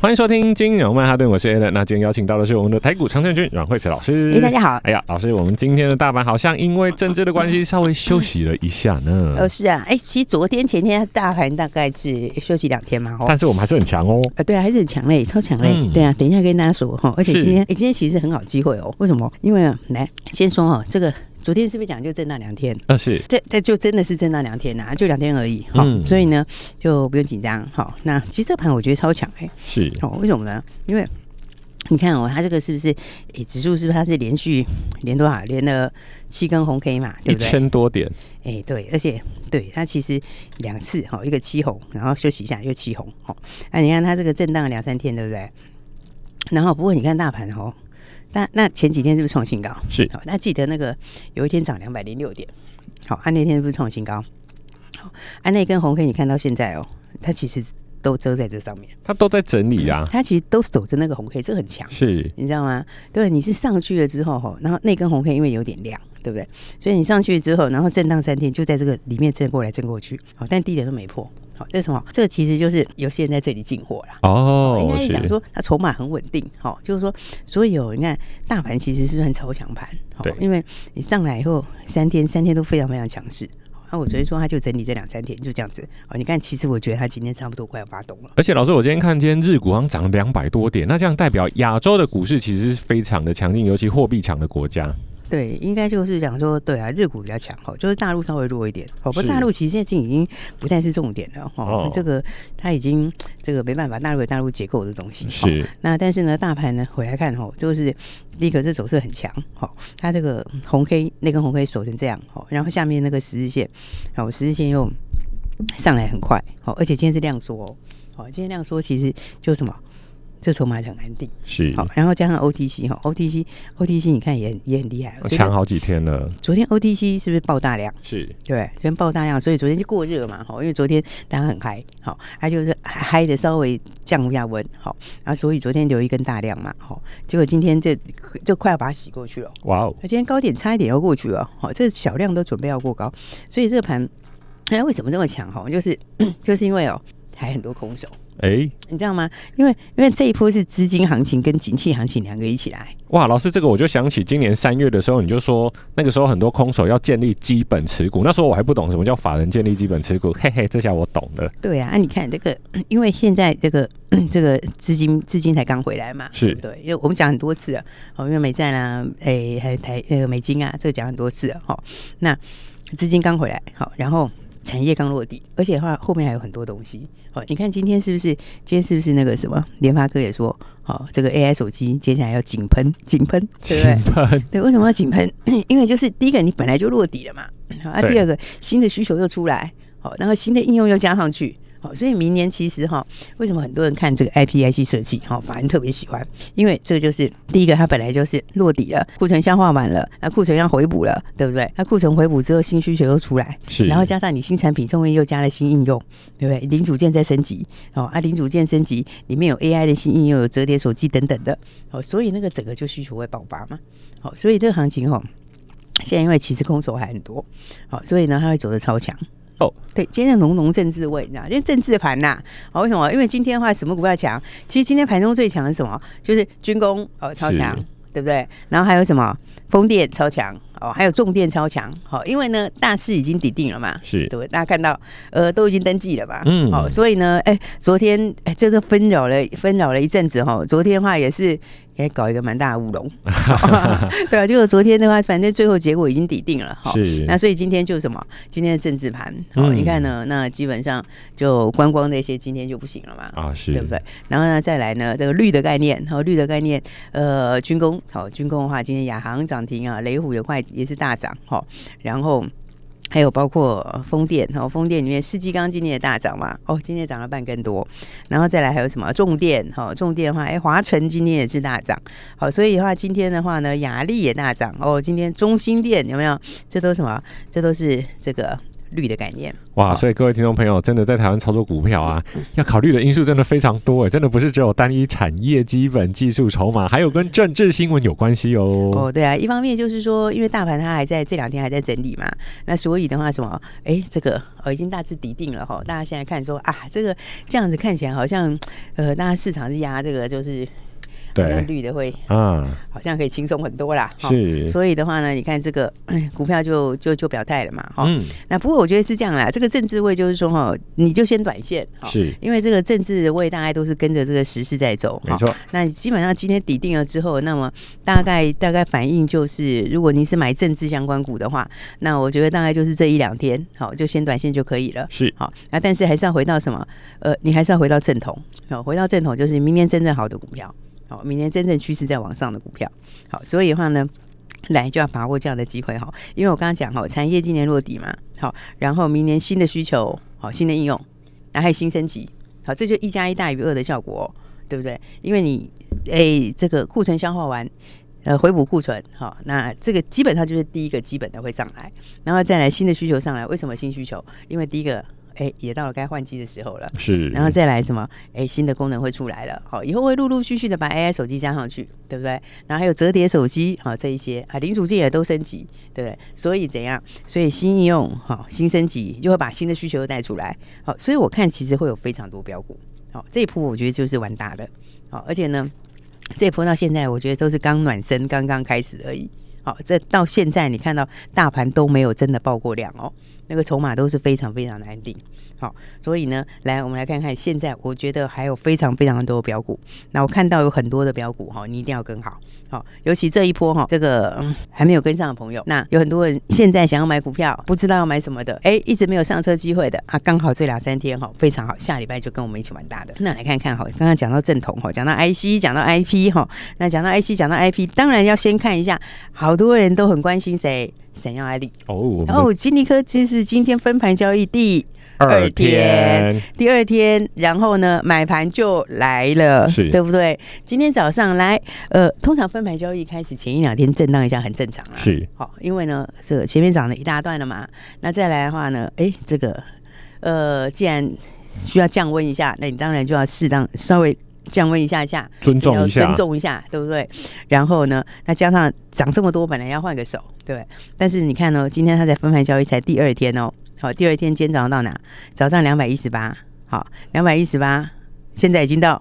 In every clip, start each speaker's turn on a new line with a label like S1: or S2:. S1: 欢迎收听《金融曼哈顿》，我是 a l a n 那今天邀请到的是我们的台股常胜军阮慧慈老师。
S2: 哎、大家好。
S1: 哎呀，老师，我们今天的大盘好像因为政治的关系稍微休息了一下呢，
S2: 呃，是啊，哎、其实昨天、前天大盘大概是休息两天嘛，吼。
S1: 但是我们还是很强哦。
S2: 呃，对啊，还是很强嘞，超强嘞，
S1: 嗯
S2: 对啊，等一下跟大家说哈，而且
S1: 是
S2: 今天，哎、今天其实很好机会哦，为什么？因为啊来先说哈，这个昨天是不是讲就震荡两天？
S1: 那啊是
S2: 这这就真的是震荡两天呐、啊就两天而已哈、
S1: 嗯
S2: 所以呢就不用紧张哈。那其实这盘我觉得超强哎、
S1: 是，
S2: 哦，为什么呢？因为你看哦，它这个是不是？诶、指数是不是它是连续连多少？连了七根红 K 嘛，对
S1: 一
S2: 不对？
S1: 千多点，
S2: 哎、对，而且对它其实两次哈，一个七红，然后休息一下又七红，哦，那、你看它这个震荡了两三天，对不对？然后不过你看大盘哦，那那前几天是不是创新高？
S1: 是
S2: 好，那记得那个有一天涨两百零六点，好，啊那天是不是创新高？好，啊那根红 K 你看到现在哦，它其实都遮在这上面，
S1: 它都在整理啊，
S2: 它其实都守着那个红 K，这很强。
S1: 是
S2: 你知道吗？对，你是上去了之后吼，然后那根红 K 因为有点亮，对不对？所以你上去之后，然后震荡三天，就在这个里面震过来震过去，好，但低点都没破，好，为什么？这个其实就是有些人在这里进货啦。应
S1: 哦，
S2: 该是讲
S1: 是
S2: 说，它筹码很稳定，好、就是说，所以哦，你看大盘其实是算超强盘，好
S1: 对
S2: 因为你上来以后三天，三天都非常非常强势。好那、我昨天说它就整理这两三天，就这样子。哦，你看，其实我觉得它今天差不多快要发动了。
S1: 而且老师，我今天看今天日股好像涨两百多点，那这样代表亚洲的股市其实是非常的强劲，尤其货币强的国家。
S2: 对，应该就是讲说，对啊，日股比较强哦，就是大陆稍微弱一点哦。不过
S1: 是
S2: 大陆其实现在已经不再是重点了哦，
S1: 哦
S2: 这个它已经这个没办法，大陆有大陆结构的东西。哦
S1: 是
S2: 那但是呢，大盘呢回来看哦，就是第一个这走势很强哦，它这个红 K 那根红 K 守成这样哦，然后下面那个十日线，哦，十日线又上来很快哦，而且今天是量缩哦，哦，今天量缩其实就是什么？这筹码很安定，
S1: 是，
S2: 好，然后加上 OTC 哈，OTC OTC 你看也很也很厉害，我觉得
S1: 哦强啊好几天了，
S2: 昨天 OTC 是不是爆大量？
S1: 是
S2: 对，昨天爆大量，所以昨天就过热嘛，哈，因为昨天大家很嗨，好，它就是嗨的稍微降一下温，好，啊，所以昨天留一根大量嘛，好，结果今天这这快要把它洗过去了，
S1: 哇哦，
S2: 那今天高点差一点要过去了，好，这小量都准备要过高，所以这个盘，哎，为什么这么强？哈，就是 就是因为哦，还很多空手，
S1: 哎、
S2: 你知道吗？因为因为这一波是资金行情跟景气行情两个一起来，
S1: 哇，老师，这个我就想起今年三月的时候，你就说那个时候很多空手要建立基本持股，那时候我还不懂什么叫法人建立基本持股，嘿嘿，这下我懂了，
S2: 对啊，啊你看这个，因为现在这个嗯这个资金资金才刚回来嘛，
S1: 是
S2: 对，因为我们讲很多次了，哦，因为美债啦、诶，还有台呃美金啊，这个讲很多次了，哦，那资金刚回来，好、然后产业刚落地，而且的话后面还有很多东西，哦，你看今天是不是今天是不是那个什么，联发科也说，哦，这个 AI 手机接下来要井喷，井喷，对不对？
S1: 对？
S2: 对，为什么要井喷？ 因为就是第一个，你本来就落底了嘛，好，啊，
S1: 对
S2: 第二个新的需求又出来，好，然后新的应用又加上去，好，所以明年其实哈，为什么很多人看这个 IPIC 设计，哈，法人特别喜欢，因为这个就是第一个，它本来就是落底了，库存消化完了，那库存要回补了，对不对？那库存回补之后，新需求又出来，
S1: 是
S2: 然后加上你新产品后面又加了新应用，对不对？零组件在升级，哦啊，零组件升级里面有 AI 的新应用，有折叠手机等等的，哦，所以那个整个就需求会爆发嘛，哦，所以这个行情哦，现在因为其实空手还很多，哦，所以呢，它会走的超强。
S1: 哦，
S2: 对，今天的浓浓政治味，你知道，因为政治盘呐、哦，为什么？因为今天的话，什么股票强？其实今天盘中最强的是什么？就是军工哦，超强
S1: 是，
S2: 对不对？然后还有什么？风电超强哦，还有重电超强。好、因为呢大势已经底定了嘛，
S1: 是
S2: 对，大家看到呃都已经登记了吧？
S1: 嗯
S2: 好、所以呢，哎、昨天哎、这是纷扰了纷扰了一阵子哈、哦。昨天的话也是。给搞一个蛮大的乌龙， 对啊，结果昨天的话，反正最后结果已经底定了哈。
S1: 是
S2: 那所以今天就是什么？今天的政治盘，哦，
S1: 嗯
S2: 你看呢？那基本上就观光那些今天就不行了嘛，
S1: 啊，是
S2: 对不对？？然后呢，再来呢，这个绿的概念，好、绿的概念，呃，军工，好、军工的话，今天亚航涨停啊，雷虎也快也是大涨，好、然后。还有包括呃风电，哦，风电里面世纪钢今天也大涨嘛，哦，今天涨了半根多，然后再来还有什么重电，哦，重电的话，哎，华晨今天也是大涨，好、所以的话今天的话呢，雅力也大涨，哦，今天中心电有没有？这都什么？这都是这个绿的概念，
S1: 哇，
S2: 好
S1: 所以各位听众朋友，真的在台湾操作股票啊，要考虑的因素真的非常多哎诶，真的不是只有单一产业、基本技术、筹码，还有跟政治新闻有关系哦。
S2: 哦，对啊，一方面就是说，因为大盘它还在这两天还在整理嘛，那所以的话，什么，哎，这个呃、已经大致底定了哈。大家现在看说啊，这个这样子看起来好像，呃，大家市场是压这个就是好像
S1: 对
S2: 绿的会
S1: 啊，
S2: 好像可以轻松很多啦。哈哦
S1: 是，
S2: 所以的话呢，你看这个股票就就就表态了嘛，哈、
S1: 嗯，
S2: 那不过我觉得是这样啦，这个政治位就是说哈，你就先短线，哈
S1: 是
S2: 因为这个政治位大概都是跟着这个时事在走，
S1: 没错，
S2: 那基本上今天底定了之后，那么大概大概反应就是，如果您是买政治相关股的话，那我觉得大概就是这一两天，好，就先短线就可以了。
S1: 是
S2: 好，那但是还是要回到什么？呃，你还是要回到正统，好，回到正统就是明年真正好的股票，好，明年真正趋势在往上的股票，好，所以的话呢。来就要把握这样的机会哈，因为我刚刚讲哈，产业今年落底嘛，好，然后明年新的需求，好，新的应用，然后还有新升级，好，这就一加一大于二的效果、哦，对不对？因为你诶、这个库存消化完，呃，回补库存，好、那这个基本上就是第一个基本的会上来，然后再来新的需求上来。为什么新需求？因为第一个，诶、哎也到了该换机的时候了。
S1: 是，
S2: 然后再来什么？诶，新的功能会出来了，好，以后会陆陆续续的把 AI 手机加上去，对不对？然后还有折叠手机，好、这一些啊，零组件也都升级，对不对？所以怎样？所以新应用，好、新升级就会把新的需求带出来，好、所以我看其实会有非常多标股，好、这一波我觉得就是玩大的，好、而且呢，这一波到现在我觉得都是刚暖身，刚刚开始而已。好、这到现在你看到大盘都没有真的爆过量哦，那个筹码都是非常非常难定。好、所以呢，来我们来看看现在，我觉得还有非常非常多的标股。那我看到有很多的标股哈、你一定要跟好。好、尤其这一波哈、这个、嗯还没有跟上的朋友，那有很多人现在想要买股票，不知道要买什么的，哎，一直没有上车机会的啊，刚好这两三天哈、非常好，下礼拜就跟我们一起玩大的。那来看看哈、刚刚讲到正统哈、讲到 IC，讲到 IP 哈、那讲到 IC，讲到 IP，当然要先看一下，好多人都很关心谁，闪耀爱丽。
S1: 哦，我们
S2: 然
S1: 的
S2: 后金立科其实今天分盘交易第
S1: 二天
S2: 第二天，然后呢，买盘就来了，
S1: 是
S2: 对不对？今天早上来，呃，通常分盘交易开始前一两天震荡一下很正常啦。，啊
S1: 是
S2: 好、因为呢，这个前面涨了一大段了嘛，那再来的话呢，哎，这个呃，既然需要降温一下，那你当然就要适当稍微降温一下下，
S1: 尊重
S2: 要
S1: 一下
S2: 尊，重一下，对不对？然后呢，那加上涨这么多，本来要换个手，对不对。但是你看哦，今天他在分盘交易才第二天哦，好，第二天今天早上到哪？早上两百一十八，好，两百一十八，现在已经到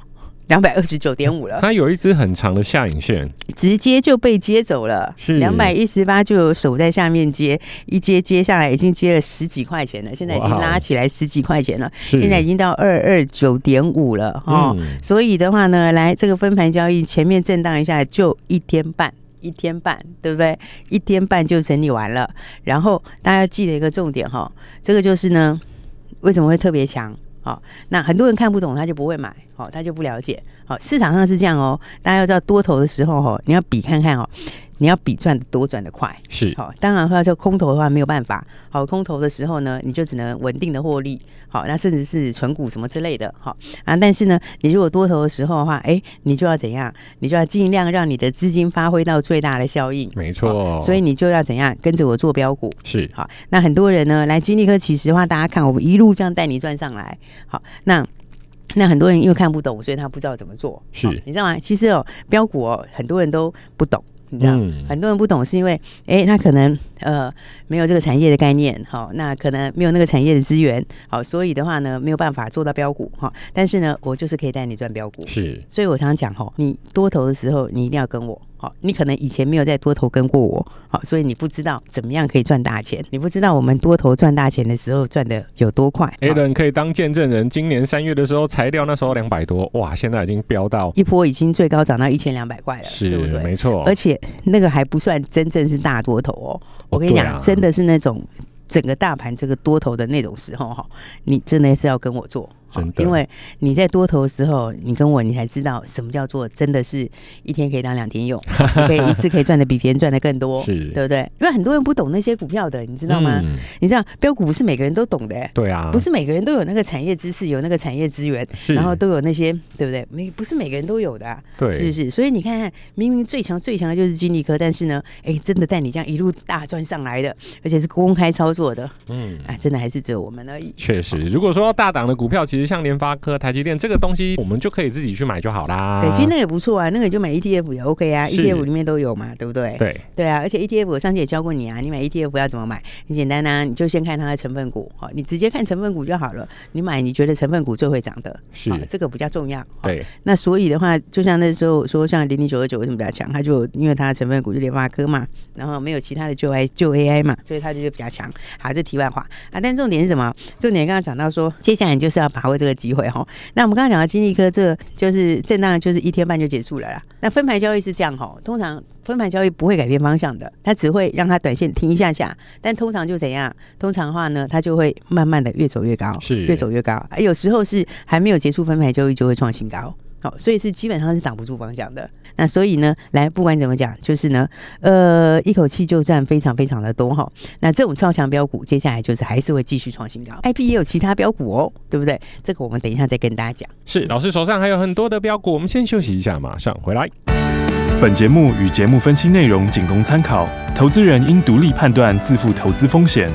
S2: 两百二十九 点五了，
S1: 它有一只很长的下影线，
S2: 直接就被接走了。
S1: 是
S2: 两百一十八就有手在下面接，一接接下来已经接了十几块钱了，现在已经
S1: 哇哦
S2: 拉起来十几块钱了，
S1: 是
S2: 现在已经到二二九点五了哦。
S1: 嗯
S2: 所以的话呢，来这个分盘交易前面震荡一下就一天半。一天半，对不对？一天半就整理完了。然后大家记得一个重点哈、这个就是呢，为什么会特别强？哦，那很多人看不懂，他就不会买，哦，他就不了解。哦，市场上是这样哦，大家要知道多头的时候哦，你要比看看哦，你要比赚的多赚的快。
S1: 是
S2: 好、当然的话，就空头的话没有办法。好、空头的时候呢，你就只能稳定的获利。好、那甚至是存股什么之类的。好、啊，但是呢，你如果多头的时候的话，哎，你就要怎样？你就要尽量让你的资金发挥到最大的效应。
S1: 没错，
S2: 所以你就要怎样跟着我做标股。
S1: 是
S2: 好，那很多人呢来金立科，其实的话大家看，我们一路这样带你赚上来。好，那。那很多人因为看不懂，所以他不知道怎么做。
S1: 是
S2: 好你知道吗？其实哦，标股哦，很多人都不懂，你知道，
S1: 嗯
S2: 很多人不懂是因为，哎、他可能呃没有这个产业的概念，好、那可能没有那个产业的资源，好、所以的话呢，没有办法做到标股哈、但是呢，我就是可以带你赚标股，
S1: 是
S2: 所以我常常讲吼，你多头的时候，你一定要跟我。好，你可能以前没有在多头跟过我，好，所以你不知道怎么样可以赚大钱，你不知道我们多头赚大钱的时候赚的有多快。
S1: a
S2: 好
S1: l a n 可以当见证人。今年三月的时候，材料那时候两百多，哇，现在已经飙到
S2: 一波已经最高涨到一千两百块了，
S1: 是
S2: 啊对不对？
S1: 没错，
S2: 而且那个还不算真正是大多头哦。我跟你
S1: 对
S2: 讲，
S1: 啊
S2: 真的是那种整个大盘这个多头的那种时候哈，你真的是要跟我做，好
S1: 真的
S2: 因为你在多头的时候，你跟我，你才知道什么叫做真的是一天可以当两天 用，你可以一次可以赚的比别人赚的更多，
S1: 是
S2: 对不对？因为很多人不懂那些股票的，你知
S1: 知
S2: 道吗？你知道标股不是每个人都懂的、
S1: 嗯对啊，
S2: 不是每个人都有那个产业知识，有那个产业资源，
S1: 是
S2: 然后都有那些，对不对？没不是每个人都有的啊、
S1: 对，
S2: 是不是？所以你看看，明明最强最强的就是金利科，但是呢，哎、真的带你这样一路大赚上来的，而且是公开操作的，
S1: 嗯。
S2: 啊，真的还是只有我们而已。
S1: 确实，如果说要大档的股票，其实像联发科、台积电这个东西，我们就可以自己去买就好啦。
S2: 对，其实那个也不错啊，那个你就买 ETF 也 OK 啊
S1: 是
S2: ，ETF 里面都有嘛，对不对？
S1: 对
S2: 啊，而且 ETF 我上次也教过你啊，你买 ETF 要怎么买？很简单啊，你就先看它的成分股，好，你直接看成分股就好了。你买你觉得成分股最会涨的，
S1: 是
S2: 好这个比较重要。哦好
S1: 对，
S2: 那所以的话，就像那时候我说，像零零九二九为什么比较强？它就因为它的成分股就联发科嘛，然后没有其他的旧 A 旧 AI 嘛，所以它就是比较强。好，这题外话啊，但重点是什么？重点刚刚讲到说，接下来你就是要把握这个机会哈。那我们刚刚讲到金利科，这个就是震荡，就是一天半就结束了啦。那分盘交易是这样哈，通常分盘交易不会改变方向的，它只会让它短线停一下下，但通常就怎样？通常的话呢，它就会慢慢的越走越高，
S1: 是
S2: 越走越高。啊有时候是还没有结束分盘交易就会创新高。好，所以是基本上是挡不住方向的。那所以呢，来不管怎么讲，就是呢，呃，一口气就赚非常非常的多哈。那这种超强标股，接下来就是还是会继续创新高。IP 也有其他标股哦，对不对？这个我们等一下再跟大家讲。
S1: 是老师手上还有很多的标股，我们先休息一下，马上回来。
S3: 本节目与节目分析内容仅供参考，投资人应独立判断，自负投资风险。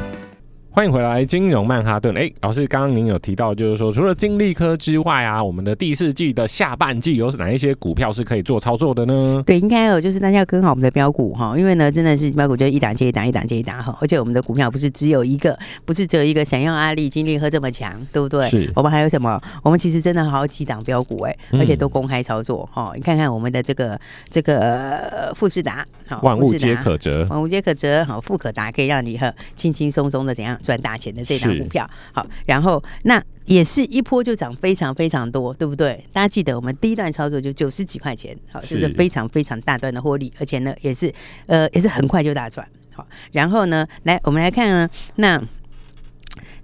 S1: 欢迎回来，金融曼哈顿。哎，老师，刚刚您有提到，就是说除了金利科之外啊，我们的第四季的下半季有哪一些股票是可以做操作的呢？
S2: 对，应该有就是大家要跟好我们的标股哈，因为呢，真的是标股就一档接一档，一档接一档哈。而且我们的股票不是只有一个，不是只有一个，想要阿力、金利科这么强，对不对？
S1: 是
S2: 我们还有什么？我们其实真的好几档标股哎、
S1: 嗯
S2: 而且都公开操作哈、你看看我们的这个这个、呃富士达，好
S1: 万物
S2: 富士达
S1: 皆可折，
S2: 万物皆哦可折，好，富可达可以让你很轻轻松松的怎样赚大钱的这档
S1: 是
S2: 股票，好，然后那也是一波就涨非常非常多，对不对？大家记得我们第一段操作就九十几块钱，好，就是
S1: 是
S2: 非常非常大段的获利，而且呢也是呃也是很快就大赚，好，然后呢来我们来看啊，那。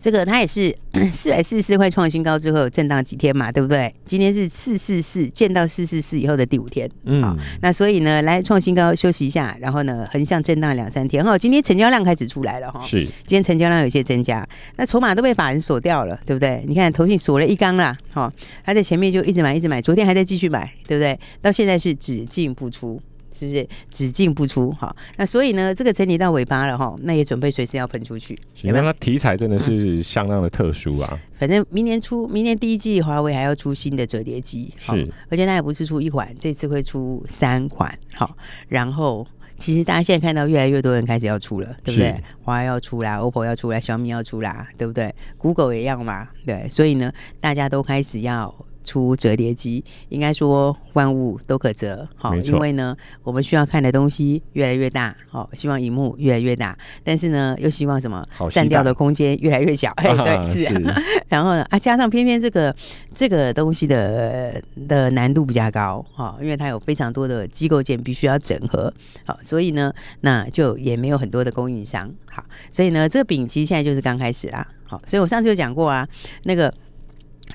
S2: 这个它也是 四百四十四块创新高之后有震荡几天嘛，对不对？今天是四四四，见到四四四以后的啊第五天，好
S1: 嗯，
S2: 那所以呢，来创新高休息一下，然后呢，横向震荡两三天哈。哦今天成交量开始出来了哈，
S1: 是
S2: 今天成交量有些增加，那筹码都被法人锁掉了，对不对？你看投信锁了一缸啦，哈、他在前面就一直买，一直买，昨天还在继续买，对不对？到现在是只进不出。是不是只进不出？哈，那所以呢，这个整理到尾巴了哈，那也准备随时要喷出去。
S1: 行，那它题材真的是相当的特殊啊，
S2: 反正明年出，明年第一季华为还要出新的折叠机，好
S1: 是
S2: 而且它也不是出一款，这次会出三款，好，然后。其实大家现在看到越来越多人开始要出了，对不对
S1: 是？
S2: 华为要出啦，OPPO 要出啦，小米要出啦，对不对？Google 也要嘛，对，所以呢，大家都开始要出折叠机，应该说万物都可折，好，
S1: 没错
S2: 因为呢，我们需要看的东西越来越大，好，希望荧幕越来越大，但是呢，又希望什么
S1: 好
S2: 占
S1: 期
S2: 掉
S1: 待
S2: 的空间越来越小，哎， 对，是啊， 然后呢啊，加上偏偏这个这个东西的的难度比较高哈、因为它有非常多的机构件必须要整合，好、所以呢，那就也没有很多的供应商，好，所以呢，这个饼其实现在就是刚开始啦，好、所以我上次有讲过啊，那个。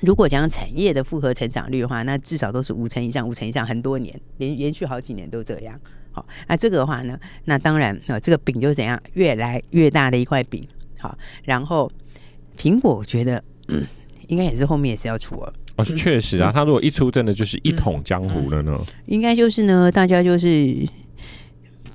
S2: 如果讲产业的复合成长率的话，那至少都是五成以上，五成以上很多年，连连续好几年都这样。好、那这个的话呢，那当然，呃，这个饼就是怎样，越来越大的一块饼。好、然后苹果，我觉得、嗯应该也是后面也是要出了，
S1: 哦，确实
S2: 嗯
S1: 啊，它如果一出，真的就是一统江湖了呢。
S2: 应该就是呢，大家就是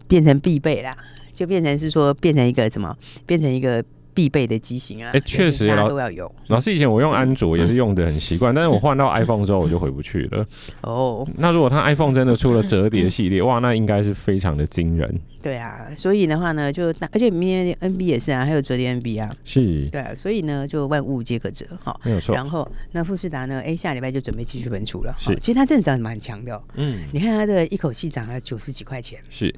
S2: 变成必备啦，就变成是说变成一个什么，变成一个。必备的机型啊，
S1: 哎确实
S2: 大家
S1: 老
S2: 都要有
S1: 老师以前我用安
S2: 嗯
S1: 卓也是用的很习惯，但是我换到 iPhone 之后我就回不去了。
S2: 哦。
S1: 那如果它 iPhone 真的出了折叠系列，哇，那应该是非常的惊人。
S2: 对啊，所以的话呢，就大而且明年 NB 也是啊，还有折叠 NB 啊，
S1: 是，
S2: 对啊，所以呢，就万物皆可折哈。
S1: 没有错。
S2: 然后，那富士达呢？哎，下礼拜就准备继续本出了。
S1: 是
S2: 哦其实它真的涨得蛮强的、哦。
S1: 嗯，
S2: 你看它的一口气涨了九十几块钱，
S1: 是，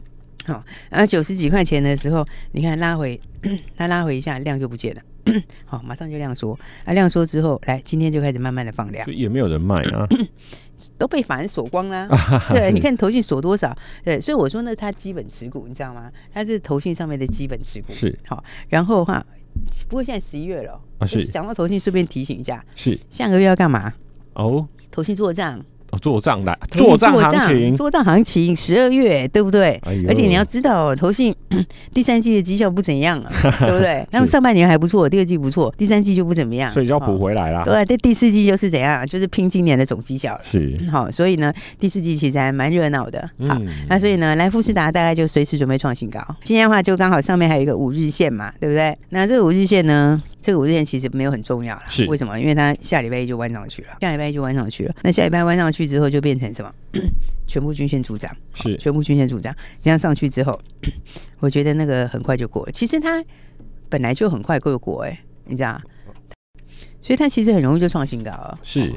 S2: 然后啊九十几块钱的时候，你看拉回， 它拉回一下量就不见了， 好、马上就量缩。啊，量缩之后，来今天就开始慢慢的放量
S1: 就，也没有人卖啊。
S2: 嗯都被法人锁光啦、对，你看投信锁多少？对，所以我说呢，它基本持股，你知道吗？它是投信上面的基本持股。
S1: 是
S2: 好、然后的话，不过现在十一月了哦，
S1: 啊是
S2: 讲到投信，顺便提醒一下，
S1: 是
S2: 下个月要干嘛？
S1: 哦，
S2: 投信做账，
S1: 哦做账来做账行情，
S2: 啊做账行情，十二月对不对？
S1: 哎呦
S2: 而且你要知道，哦投信 第三季的绩效不 怎样啊，对不对？他们
S1: 是
S2: 上半年还不错，第二季不错，第三季就不怎么样，
S1: 所以就要补
S2: 哦。
S1: 回来啦。
S2: 对，这第四季就是怎样，啊就是拼今年的总绩效了。
S1: 是，
S2: 好，所以呢，第四季其实还蛮热闹的。
S1: 嗯
S2: 好，那所以呢，来富士达大概就随时准备创新高。今天的话，就刚好上面还有一个五日线嘛，对不对？那这个五日线呢，这个五日线其实没有很重要了。
S1: 是
S2: 为什么？因为它下礼拜一就弯上去了，下礼拜一就弯上去了。那下礼拜弯上去之后，就变成什么？ 全部均线主涨，
S1: 是
S2: 全部均线主涨。这样上去之后， 我觉得那个很快就过了。其实它本来就很快过过、欸，哎，你知道？所以它其实很容易就创新高了。
S1: 是，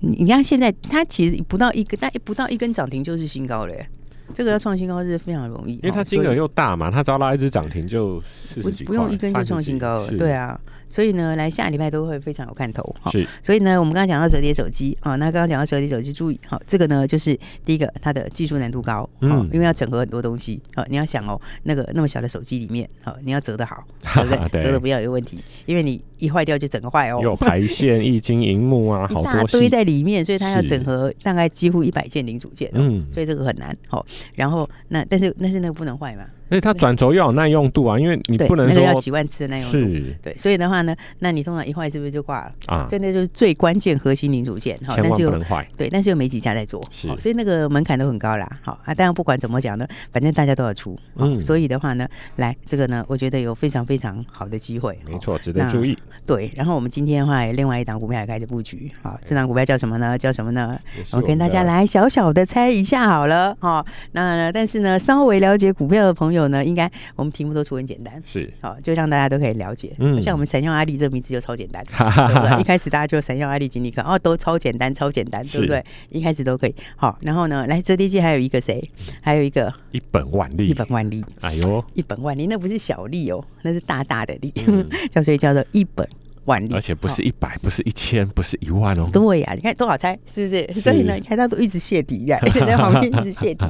S2: 你你看现在它其实不到一个，但不到一根涨停就是新高了耶，这个要创新高是非常容易，因
S1: 因为它金额又大嘛，它只要拉一只涨停就四
S2: 不
S1: 十几
S2: 不用
S1: 块
S2: 一根就创新高了，对，啊，所以呢，来下礼拜都会非常有看头哦哈
S1: 三。十几是
S2: 所以呢，我们刚刚讲到折叠手机啊、那刚刚讲到折叠手机，注意好、这个呢就是第一个，它的技术难度高，哦
S1: 嗯
S2: 因为要整合很多东西，好、你要想哦，那个那么小的手机里面，好、你要折 得好，对不
S1: 对
S2: 对？折得不要有问题，因为你一坏掉就整个坏哦
S1: 是，，有排线、液晶、荧幕 啊，
S2: 一
S1: 好
S2: 大
S1: 多
S2: 堆
S1: 系，
S2: 在里面，所以它要
S1: 是
S2: 整合大概几乎一百件零组件、哦，
S1: 嗯，
S2: 所以这个很难哦。然后那但是但是那个不能坏嘛，
S1: 而且它转轴要有耐用度啊，因为你
S2: 对，
S1: 不能
S2: 那个要
S1: 说
S2: 几万次的耐用度。
S1: 是
S2: 对，所以的话呢，那你通常一坏是不是就挂了？
S1: 啊
S2: 所，以那就是最关键核心零组件，好，
S1: 千
S2: 但
S1: 万
S2: 是
S1: 不
S2: 又
S1: 能坏，
S2: 对，但是又没几家在做，
S1: 是
S2: 好所以那个门槛都很高啦。好啊，当然不管怎么讲呢，反正大家都要出，好
S1: 嗯
S2: 所以的话呢，来这个呢，我觉得有非常非常好的机会，
S1: 没
S2: 好
S1: 错，值得
S2: 那
S1: 注意，
S2: 对，然后我们今天的话，也另外一档股票也开始布局，好，这档股票叫什么呢？叫什么呢？
S1: 也是
S2: 我跟
S1: 们
S2: 大家
S1: 的
S2: 来小小的猜一下好了哦。那但是呢，稍微了解股票的朋友呢，应该我们题目都出很简单，
S1: 是。
S2: 好、啊就让大家都可以了解。
S1: 嗯
S2: 像我们闪耀阿力这个名字就超简 单，对不对？一开始大家就闪耀阿力经理课，哦，都超简单，超简单，对不
S1: 是
S2: 对？一开始都可以。好、然后呢，来折叠机还有一个谁？还有一个
S1: 一本万利，
S2: 一本万利，
S1: 哎呦，
S2: 一本万利，那不是小利哦，那是大大的利，
S1: 嗯
S2: 叫所以叫做一本万利，
S1: 而且不
S2: 好
S1: 是一百，不是一千，不是一万哦，
S2: 对呀、你看多少猜是不是？所以呢，你看他都一直泄底呀， 一直在旁边一直泄底、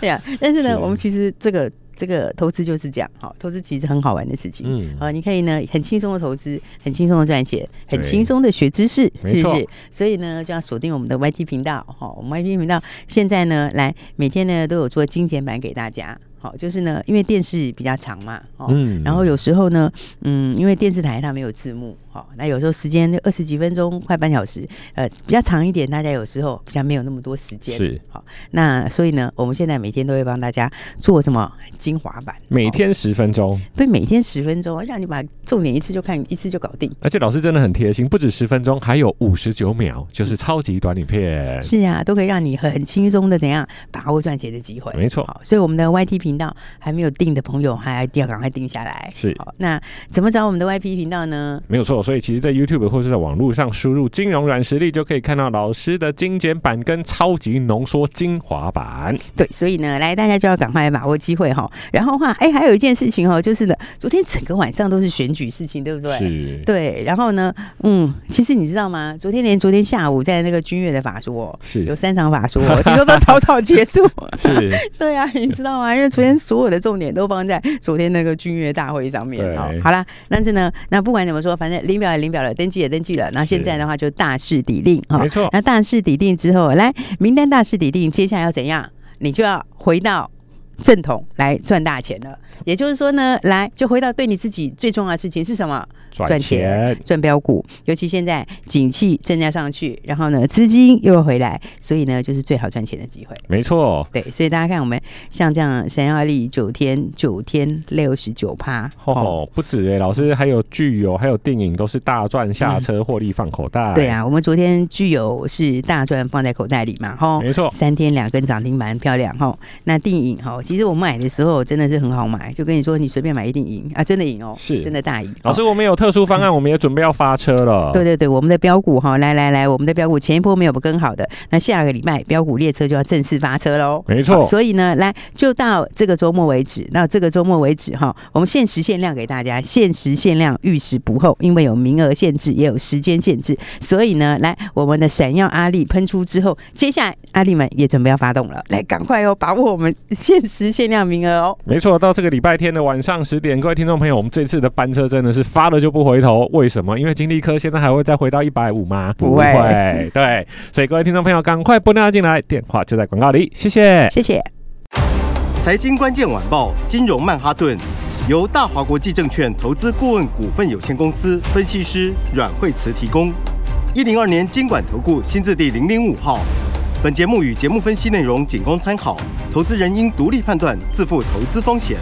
S2: 对呀、 但是呢，
S1: 是
S2: 我们其实这个这个投资就是这样，好，投资其实很好玩的事情。
S1: 嗯
S2: 啊，你可以呢很轻松的投资，很轻松的赚钱，很
S1: 对
S2: 轻松的学知识，
S1: 没
S2: 是不
S1: 错
S2: 是？所以呢，就要锁定我们的 YT 频道，哈、我们 YT 频道现在呢，来每天呢都有做精简版给大家，好、就是呢，因为电视比较长嘛，哦，
S1: 嗯
S2: 然后有时候呢，嗯，因为电视台它没有字幕，好、那有时候时间就二十几分钟，快半小时，呃，比较长一点，大家有时候比较没有那么多时间，
S1: 是
S2: 好、那所以呢，我们现在每天都会帮大家做什么精华版，
S1: 每
S2: 哦
S1: 天十分钟，
S2: 对，每天十分钟，让你把重点一次就看，一次就搞定。
S1: 而且老师真的很贴心，不止十分钟，还有五十九秒，就是超级短影片。
S2: 嗯是啊，都可以让你很轻松的怎样把握赚钱的机会。
S1: 没错
S2: 好，所以我们的 YT 频道还没有订的朋友，还一定要赶快订下来。
S1: 是
S2: 好，那怎么找我们的 YT 频道呢？
S1: 没有错，所以其实，在 YouTube 或是在网络上输入“金融软实力”，就可以看到老师的精简版跟超级浓缩精华版。
S2: 对，所以呢，来大家就要赶快把握机会哈。然后的话，哎，还有一件事情哦，就是呢，昨天整个晚上都是选举事情，对不对？
S1: 是
S2: 对，然后呢，嗯，其实你知道吗？昨天连昨天下午在那个君悦的法说，有
S1: 是
S2: 三场法说，听说都草草结束。
S1: 是，
S2: 对啊，你知道吗？因为昨天所有的重点都放在昨天那个军乐大会上面
S1: 对
S2: 哦。好啦，但是呢，那不管怎么说，反正领表也领表了，登记也登记了。那现在的话就大势已定哈。
S1: 没错
S2: 那大势已定之后，来名单大势已定，接下来要怎样？你就要回到正 统来赚大钱了。也就是说呢，来就回到对你自己最重要的事情是什么？
S1: 赚钱，
S2: 赚标股，尤其现在景气正在上去，然后呢资金又回来，所以呢就是最好赚钱的机会。
S1: 没错。
S2: 对，所以大家看我们像这样神药力九天九天六十九趴，
S1: 哦，不止哎，老师还有剧友，还有电影都是大赚下车，获利放口袋。
S2: 嗯对，啊，我们昨天具有是大赚放在口袋里嘛，吼，
S1: 没错
S2: 三天两根涨停板，漂亮吼。那定影吼，其实我买的时候真的是很好买，就跟你说，你随便买一定赢啊，真的赢哦，
S1: 是
S2: 真的大赢。
S1: 老
S2: 哦
S1: 师，我们有特殊方案，我们也准备要发车了。
S2: 对对对，我们的标股哈，来来来，我们的标股前一波没有跟好的，那下个礼拜标股列车就要正式发车喽。
S1: 没错
S2: 好所以呢，来就到这个周末为止，那这个周末为止哈，我们限时限量给大家，限时限量，遇时不候，因为有名额限制，也有时间限制，所以呢，来我们的闪耀阿力喷出之后，接下来阿力们也准备要发动了，来赶快哦，把握我们限时限量名额哦。
S1: 没错，到这个礼拜天的晚上十点，各位听众朋友，我们这次的班车真的是发了就不回头。为什么？因为金利科现在还会再回到一百五吗？
S2: 不会
S1: 对，所以各位听众朋友，赶快拨电话进来，电话就在广告里。谢谢。
S2: 谢谢。
S4: 财经关键晚报，金融曼哈顿，由大华国际证券投资顾问股份有限公司分析师阮惠慈提供。一零二年经管投顾新字第零零五号。本节目与节目分析内容仅供参考，投资人应独立判断，自负投资风险。